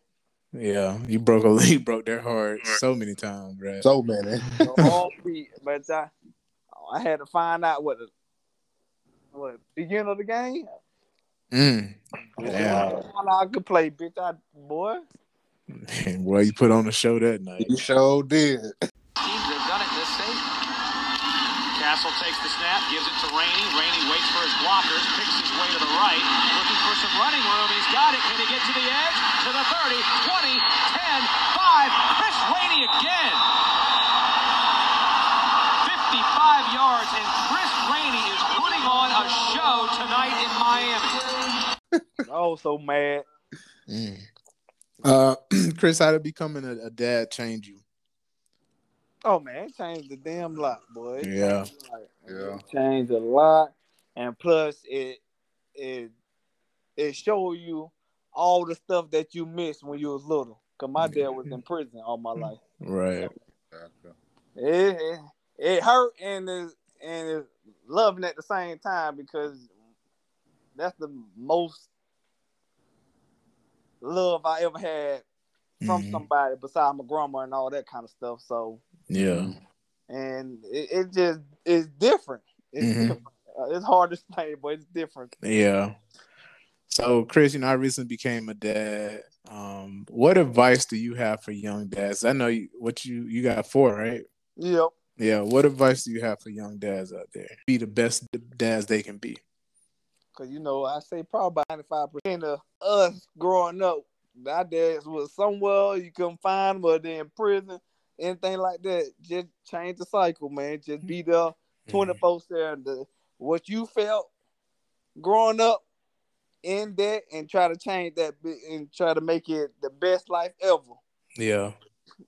Yeah, you broke a you broke their heart so many times, bro.
So many.
So all three, but I, I had to find out what the what beginning of the game.
Mm.
Yeah.
I could play, bitch. I boy.
Man, boy, you put on a show that night.
You sure did.
Teams that have done it in this state. Castle takes the snap, gives it to Rainey. Rainey waits for his blockers, picks his way to the right, looking for some running room. He's got it. Can he get to the edge? To the 30, 20, 10, 5. Chris Rainey again. 55 yards, and Chris Rainey is putting on a show tonight in Miami.
I was so mad.
Mm. Uh, Chris, how did becoming a, a dad change you?
Oh man, it changed the damn lot, boy. It
Yeah.
changed a lot.
Yeah.
It changed a lot, and plus it it it showed you all the stuff that you missed when you was little. Cause my dad was in prison all my life.
Right.
It it, it hurt and is and is loving at the same time because that's the most love I ever had from
Mhm.
somebody besides my grandma and all that kind of stuff. So
Yeah.
and it, it just it's different. It's,
Mhm.
different. Uh, it's hard to explain, but it's different.
Mm-hmm. Yeah. So, Chris, you know, I recently became a dad. Um, what advice do you have for young dads? I know you, what you you got four, right?
Yep.
Yeah. What advice do you have for young dads out there? Be the best dads they can be.
Cause you know, I say probably ninety five percent of us growing up, our dads was somewhere you couldn't find them, or they in prison, anything like that. Just change the cycle, man. Just be there
Mm-hmm.
twenty four seven. What you felt growing up, end that and try to change that, bi- and try to make it the best life ever.
Yeah.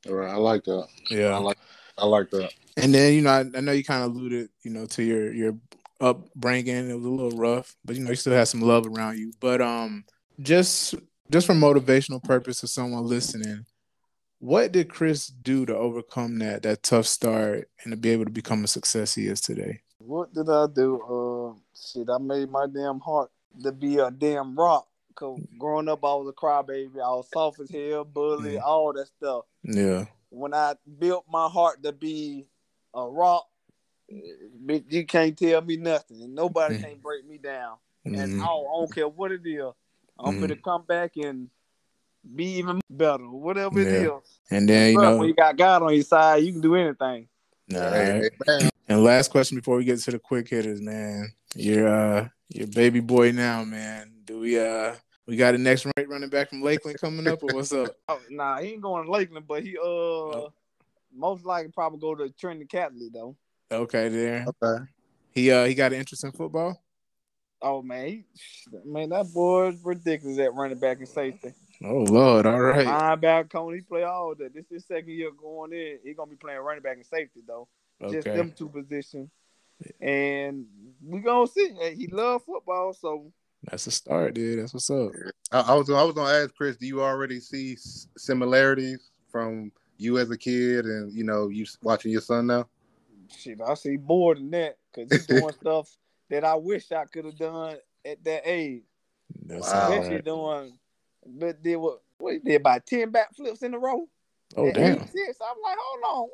All right. I like that.
Yeah.
I like I like that.
And then you know, I, I know you kind of alluded, you know, to your your upbringing. It was a little rough, but you know, you still had some love around you. But um, just just for motivational purpose of someone listening, what did Chris do to overcome that that tough start and to be able to become a success he is today?
What did I do? Uh, shit, I made my damn heart to be a damn rock. Cause growing up, I was a crybaby. I was soft as hell, bully,
Mhm.
all that stuff.
Yeah,
When I built my heart to be a rock, bitch, you can't tell me nothing, and nobody
Mhm.
can't break me down. And
Mhm.
all, I don't care what it is. I'm
Mhm.
gonna come back and be even better, whatever it is.
Yeah. and then you
But
know,
when you got God on your side, you can do anything.
All
Hey,
right.
man.
And last question before we get to the quick hitters, man. Your uh your baby boy now, man. Do we uh we got a next rate running back from Lakeland coming up or what's up?
Oh, nah, he ain't going to Lakeland, but he uh most likely probably go to Trinity Catholic though.
Okay there.
Okay.
He uh he got an interest in football?
Oh man, he, man, that boy's ridiculous at running back and safety.
Oh Lord, all right.
Linebacker, cone, he play all that. This is second year going in. He gonna be playing running back and safety though, just
Okay.
them two positions. And we gonna see. Hey, He love football, so
That's a start, dude. That's what's up.
I, I was I was gonna ask Chris, do you already see s- similarities from you as a kid and you know you s- watching your son now?
shit. I see more than that because he's doing stuff that I wish I could have done at that age.
That's
Wow.
all
Especially
right.
doing, but did what? What he did about ten backflips in a row?
Oh
At
damn.
86. I'm like, hold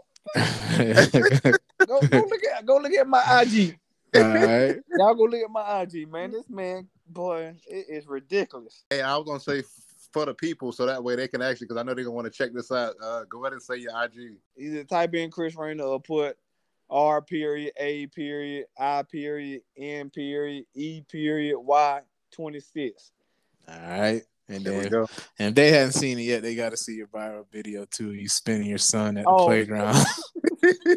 on, go, go look at go look at my IG.
all right.
Y'all go look at my IG, man. This man, boy, it is ridiculous.
Hey, I was gonna say f- for the people, so that way they can actually, because I know they're gonna want to check this out. Uh, go ahead and say your IG.
Either type in Chris Rainer or put R period A period I period N period E period Y twenty six.
All right. And
There we
then
go.
and if they haven't seen it yet, they gotta see your viral video too. You spinning your son at the
Oh.
playground.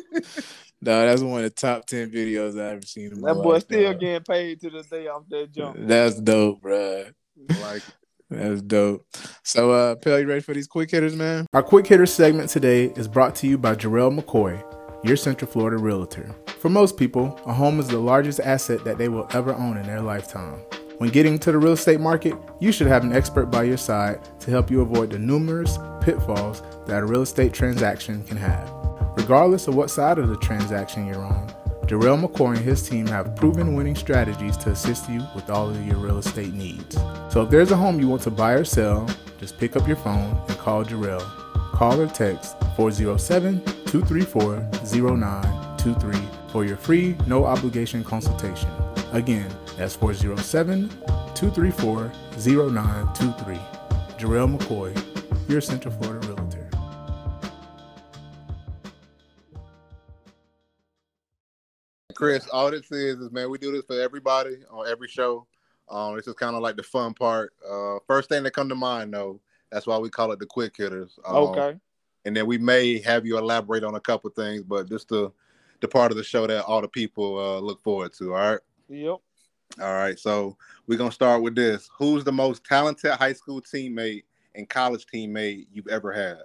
No, that's one of the top ten videos I've ever seen. In my
That boy
life,
still
dog.
getting paid to the day off that jump.
That's dope, bruh.
Like
That's dope. So, uh, Pell, you ready for these quick hitters, man?
Our quick hitter segment today is brought to you by Jarrell McCoy, your Central Florida realtor. For most people, a home is the largest asset that they will ever own in their lifetime. When getting to the real estate market, you should have an expert by your side to help you avoid the numerous pitfalls that a real estate transaction can have. Regardless of what side of the transaction you're on, Darrell McCoy and his team have proven winning strategies to assist you with all of your real estate needs. So if there's a home you want to buy or sell, just pick up your phone and call Darrell. Call or text 407-234-0923 for your free, no obligation consultation. Again, that's 407-234-0923. Jarrell McCoy, your Central Florida realtor.
Chris, all this is is man, we do this for everybody on every show. Um, this is kind of like the fun part. Uh, first thing that come to mind though, that's why we call it the quick hitters. Um,
Okay.
And then we may have you elaborate on a couple things, but just the the part of the show that all the people uh, look forward to. All right.
Yep.
All right. So we're gonna start with this. Who's the most talented high school teammate and college teammate you've ever had?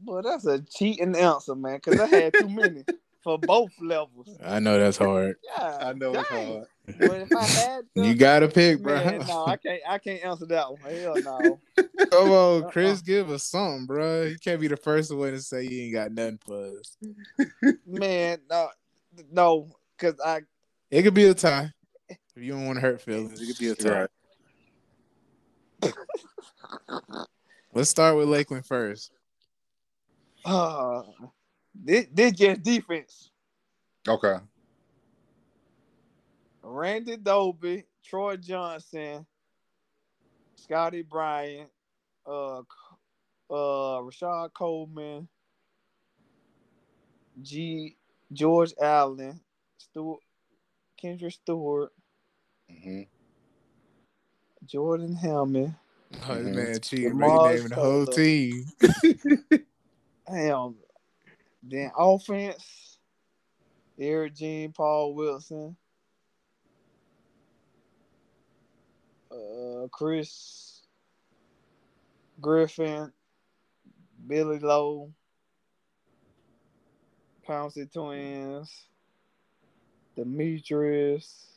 Boy, that's a cheating answer, man, because I had too many for both levels.
I know that's hard.
Yeah,
I know it's
dang.
hard.
But if I had to,
You gotta pick, bro.
man, no, I can't. I can't answer that one. Hell no.
Come
Uh-uh.
on, Chris, give us something, bro. You can't be the first one to say you ain't got nothing for us.
man, no, no, because I
It could be a tie. If you don't want to hurt feelings, it could be a tie.
Right.
Let's start with Lakeland first.
uh, this this just defense.
Okay.
Randy Doby, Troy Johnson, Scotty Bryant, uh, uh, Rashad Coleman, G. George Allen, Stewart, Kendra Stewart,
hmm
Jordan Hellman.
Oh, this
Mhm.
man, cheating,
Jamal
naming the whole
Taylor.
team.
Damn. Then offense, Eric Jean, Paul Wilson, uh, Chris Griffin, Billy Lowe, Pouncey Twins, Demetrius.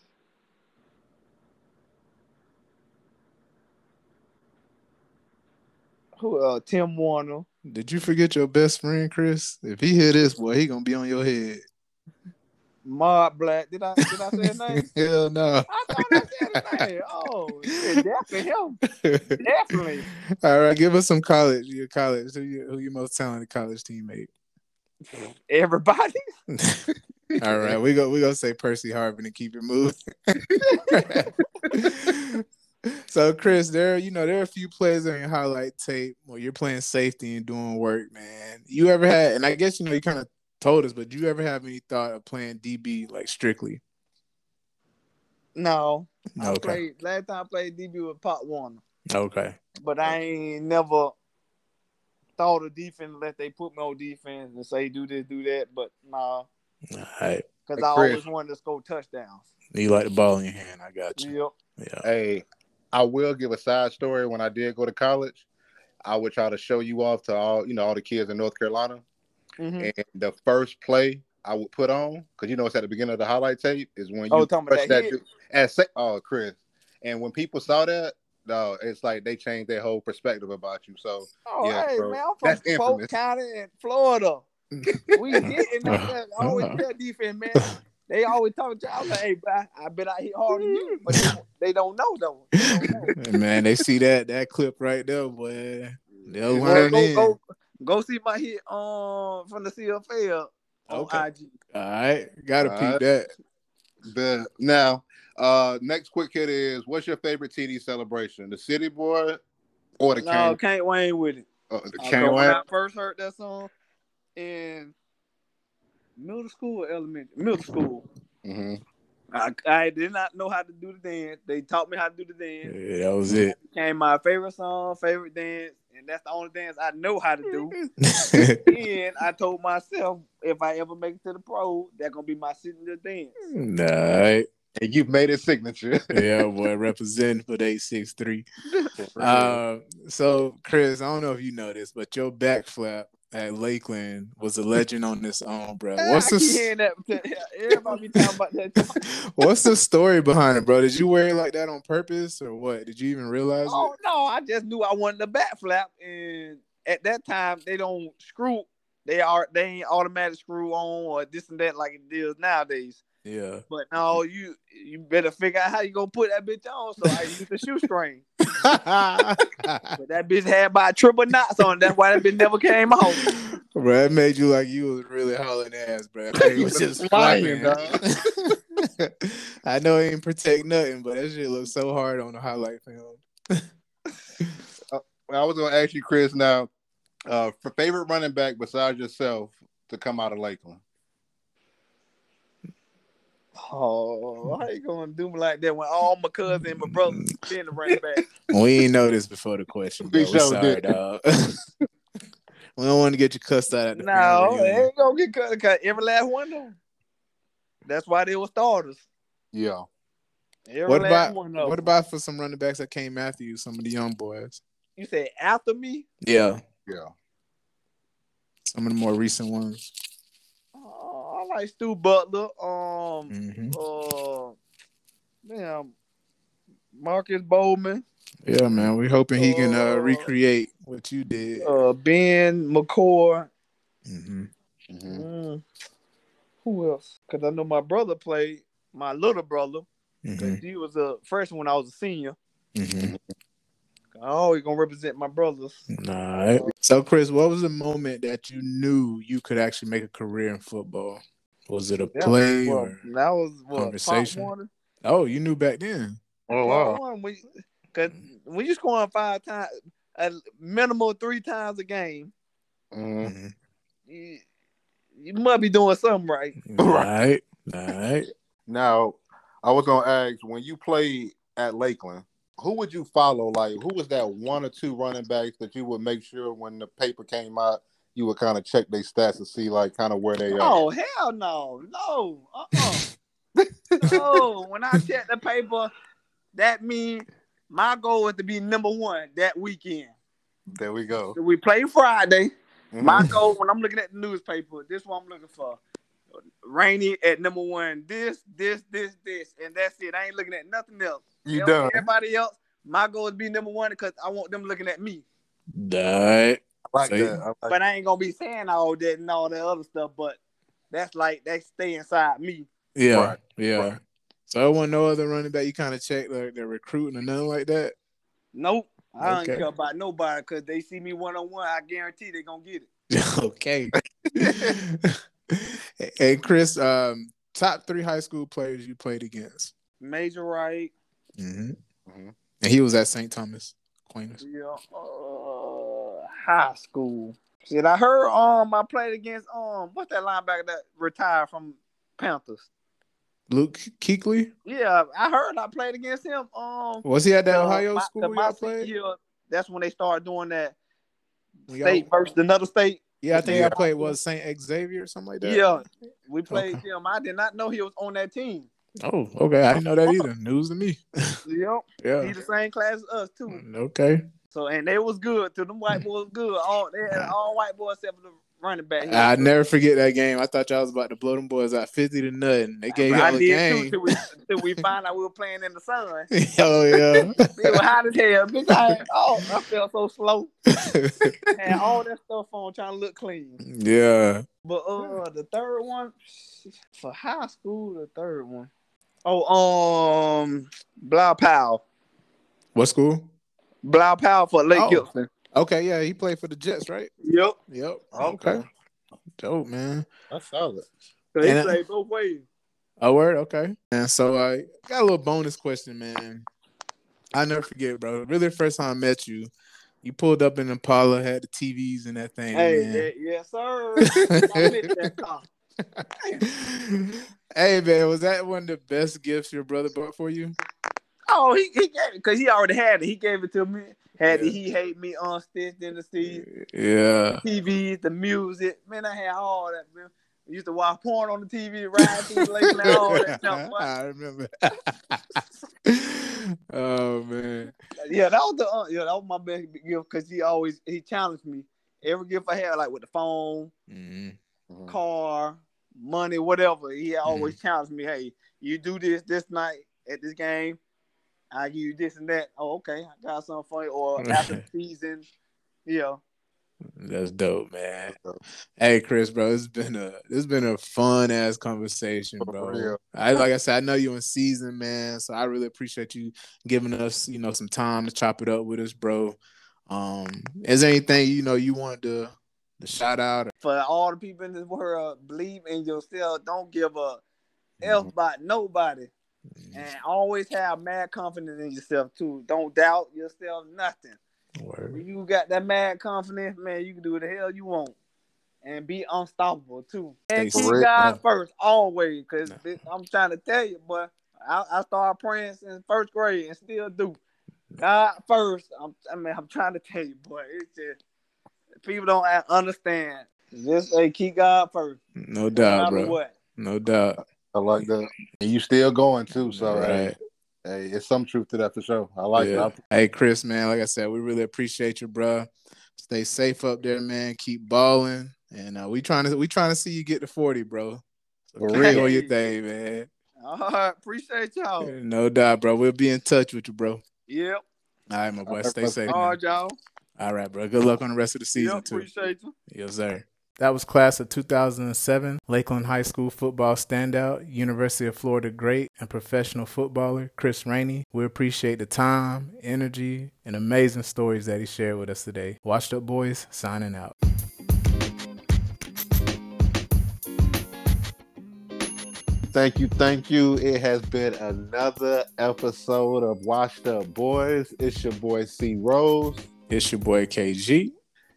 Who uh Tim Warner?
Did you forget your best friend, Chris? If he hear this, boy, he gonna be on your head.
Mod Black. Did I did I say his name?
Hell no.
I thought I said his name. Oh, shit, definitely him. Definitely.
All right, give us some college. Your college. Who you, who your most talented college teammate?
Everybody.
All right, we go. We gonna say Percy Harvin and keep it moving. so, Chris, there you know there are a few plays on your highlight tape where you're playing safety and doing work, man. You ever had? And I guess you know you kind of told us, but do you ever have any thought of playing DB like strictly?
No. I
Okay.
played last time I played DB with Pop Warner.
Okay.
But I ain't never thought of defense unless they put me on defense and say do this, do that. But nah.
All right.
Because
Hey,
I
Chris.
always wanted to score touchdowns.
You like the ball in your hand. I got you.
Yep.
Yeah.
Hey, I will give a side story. When I did go to college, I would try to show you off to all you know all the kids in North Carolina.
Mhm.
And the first play I would put on, because you know it's at the beginning of the highlight tape, is when you
Oh, talking about
touch
that hit?
dude- at sec- oh Chris. And when people saw that, no, it's like they changed their whole perspective about you. So
Oh,
Yeah,
hey,
bro.
man, I'm
That's
from Polk
infamous.
County in Florida. we hitting that. I uh, always tell defense, man. They always talk to you. I'm like, hey, bro, I bet I hit harder than
Mm-hmm.
you. But they, they don't know, though. They don't know.
man, they see that that clip right there, boy. They'll
Go-
learn
go,
in.
go,
All
go see my hit um, from the CFL on
Okay.
IG.
right, gotta
All
peep
right.
that.
the now uh next quick hit is what's your favorite TD celebration? The City Boy or the
No,
Kane?
can't Wayne with it.
Uh, the
Uh,
Kane
so when
Wayne?
I first heard that song in middle school or elementary, middle school,
Mhm.
I, I did not know how to do the dance. They taught me how to do the dance.
Yeah, that was it.
became my favorite song, favorite dance, and that's the only dance I know how to do. and I told myself if I ever make it to the pro, that's gonna be my signature dance.
All right.
and you've made his signature.
yeah, boy, representing for eight six three. Uh, so, Chris, I don't know if you know this, but your backflap at Lakeland was a legend on its own, bro. What's
I keep
the
hearing that. Everybody be talking about that.
What's the story behind it, bro? Did you wear it like that on purpose, or what? Did you even realize
Oh no, I just knew I wanted a back flap, and at that time they don't screw. They are they ain't automatic screw on or this and that like it is nowadays.
it? Yeah.
But no, you you better figure out how you gonna put that bitch on. So I used the shoestring. But that bitch had about triple knots on. it. That's why that bitch never came off.
bro, that made you like you was really hauling ass, bro. You was just
Flying,
flying, I know it ain't protect nothing, but that shit looks so hard on the highlight film.
I was gonna ask you, Chris. Now, uh, for favorite running back besides yourself to come out of Lakeland.
Oh, how you gonna do me like that when all my cousins and my brothers been the running back?
We ain't know this before the question, bro.
We
We
sure
sorry,
did.
dog. we don't want to get you cussed out at the
No,
family
they
reunion.
ain't gonna get cut, cut every last one of them. That's why they were starters.
Yeah.
Every
What
last
about
one of them.
what about for some running backs that came after you, some of the young boys?
you said after me?
Yeah.
Yeah.
Some of the more recent ones.
Oh, I like Stu Butler. Um,
Mhm.
uh, damn, Marcus Bowman.
Yeah, man. We hoping he can uh,
Uh,
recreate what you did.
Uh, Ben McCoy.
hmm
Mhm.
Mm, who else? Because I know my brother played. My little brother,
hmm
'cause he was a freshman when I was a senior.
hmm
I always gonna represent my brothers.
All right. So, Chris, what was the moment that you knew you could actually make a career in football? Was it a
That
play
was,
or?
what- that was what,
conversation?
Pop Warner?
Oh, you knew back then.
Oh
Pop
wow.
Warner, when, you- Cause when you scoring five times, a minimum three times a game,
Mhm.
Mhm.
you, you must be doing something right.
Mm-hmm. All right. All right.
Now, I was gonna ask when you played at Lakeland, who would you follow? Like, who was that one or two running backs that you would make sure when the paper came out, you would kind of check their stats to see like kind of where they are.
Oh hell no, no, uh, uh no. When I check the paper, that means my goal is to be number one that weekend.
There we go.
So we play Friday.
Mhm.
My goal when I'm looking at the newspaper, this what I'm looking for. Rainy at number one. This, this, this, this, and that's it. I ain't looking at nothing else.
you
Every-
done.
Everybody else, my goal is be number one because I want them looking at me.
All right.
I like
See?
that. I like
But I ain't gonna be saying all that and all that other stuff. But that's like they stay inside me.
Yeah.
Right,
Yeah.
right.
So there wasn't no other running back you kind of checked like they're recruiting or nothing like that.
Nope. I
Okay.
don't care about nobody because they see me one on one. I guarantee they're gonna get it.
okay. and Chris, um, top three high school players you played against.
Major Wright.
Mm-hmm.
Mhm.
And he was at St. Thomas Aquinas.
Yeah. Uh, high school. Shit, I heard um I played against um what's that linebacker that retired from Panthers?
Luke Keekley.
Yeah, I heard I played against him. Um
Was he at that
uh,
Ohio
my-
school
the
y'all
my
played?
year, that's when they started doing that
When y'all-
state versus another state.
yeah, I think
Yeah.
I played was St. Xavier or something like that.
Yeah. We played
Okay.
him. I did not know he was on that team.
Oh, okay. I didn't know that either. News to me.
Yep.
Yeah. Hmm.
He the same class as us too.
Okay.
So and they was good. To them white boys good. All they had all white boys except for the running back.
I never forget that game. I thought y'all was about to blow them boys out fifty to nothing. They gave
I
y'all a
did
game.
too. Till we, till we found out we were playing in the sun.
oh yeah.
It was hot as hell. Bitch, I, oh, I felt so slow. And all that stuff on trying to look clean.
yeah.
But uh, the third one for high school, the third one. Oh, um, Blau Powell,
What school?
Blau Powell for Lake
Oh.
Gibson.
Okay, yeah, he played for the Jets, right?
Yep.
Yep.
Okay.
Dope, man.
That's solid.
So he
And I-
played both ways.
A word, okay. And so I got a little bonus question, man. I never forget, bro. Really, the first time I met you, you pulled up in Impala, had the TVs and that thing.
Hey,
man.
yeah, yes, sir. I missed that car.
hey man, was that one of the best gifts your brother bought for you?
Oh, he, he gave it because he already had it. He gave it to me. Had
Yeah.
the he hate me on stitched in the sea,
Yeah.
TV, the music. Man, I had all that. Man. We used to watch porn on the TV, ride through the lake and all that stuff. boy.
I remember. oh man.
Yeah, that was the uh, yeah, that was my best gift because he always he challenged me. Every gift I had, like with the phone,
Mhm.
Mm. Mm-hmm.
car, money, whatever, he always challenged me. Hey, you do this this night at this game, I give you this and that. Oh, okay, I got something for you. Or after the season, yeah.
That's dope, man. Hey, Chris, bro, it's been a it's been a fun ass conversation,
For
bro.
real.
I like I said, I know you in season, man. So I really appreciate you giving us, you know, some time to chop it up with us, bro. Um, is there anything you know you wanted to, to shout out? Or,
For all the people in this world, believe in yourself. Don't give a F about nobody. And always have mad confidence in yourself too. Don't doubt yourself, nothing.
Word.
When you got that mad confidence, man, you can do the hell you want. And be unstoppable too. And
Stay
keep
correct,
God
man.
first always. Cause
Nah.
this- I'm trying to tell you, boy, I, I started praying since first grade and still do. God first. I'm I mean, I'm trying to tell you, boy. It's just people don't a- understand. Just say keep God first.
No
No
doubt,
matter
bro.
what.
No doubt.
I like that. And you still going too, so
Right.
hey, hey, it's some truth to that for sure. I like
Yeah.
it.
Hey, Chris, man, like I said, we really appreciate you, bro. Stay safe up there, man. Keep balling, and uh, we trying to we trying to see you get to forty, bro. So
For
keep
real. Oh.
doing your thing, man.
All right, appreciate y'all.
No doubt, bro. We'll be in touch with you, bro. All
Yep.
right, my boy.
All right,
Stay
brother.
safe.
All
man.
right, y'all.
All right, bro. Good luck on the rest of the season
Yep,
too.
appreciate you.
Yes, sir.
That was class of 2007 Lakeland High School football standout, University of Florida great, and professional footballer Chris Rainey. We appreciate the time, energy, and amazing stories that he shared with us today. Washed Up Boys signing out.
Thank you, thank you. It has been another episode of Washed Up Boys. It's your boy C Rose,
It's your boy KG.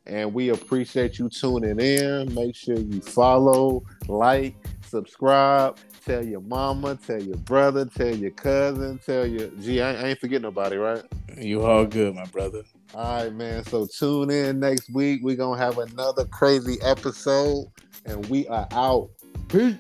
and we appreciate you tuning in. Make sure you follow, like, subscribe. Tell your mama, tell your brother, tell your cousin, tell your gee, I, I ain't forgetting nobody, right?
You all good, my brother.
All right, man. So tune in next week. We're gonna have another crazy episode, and we are out. Peace.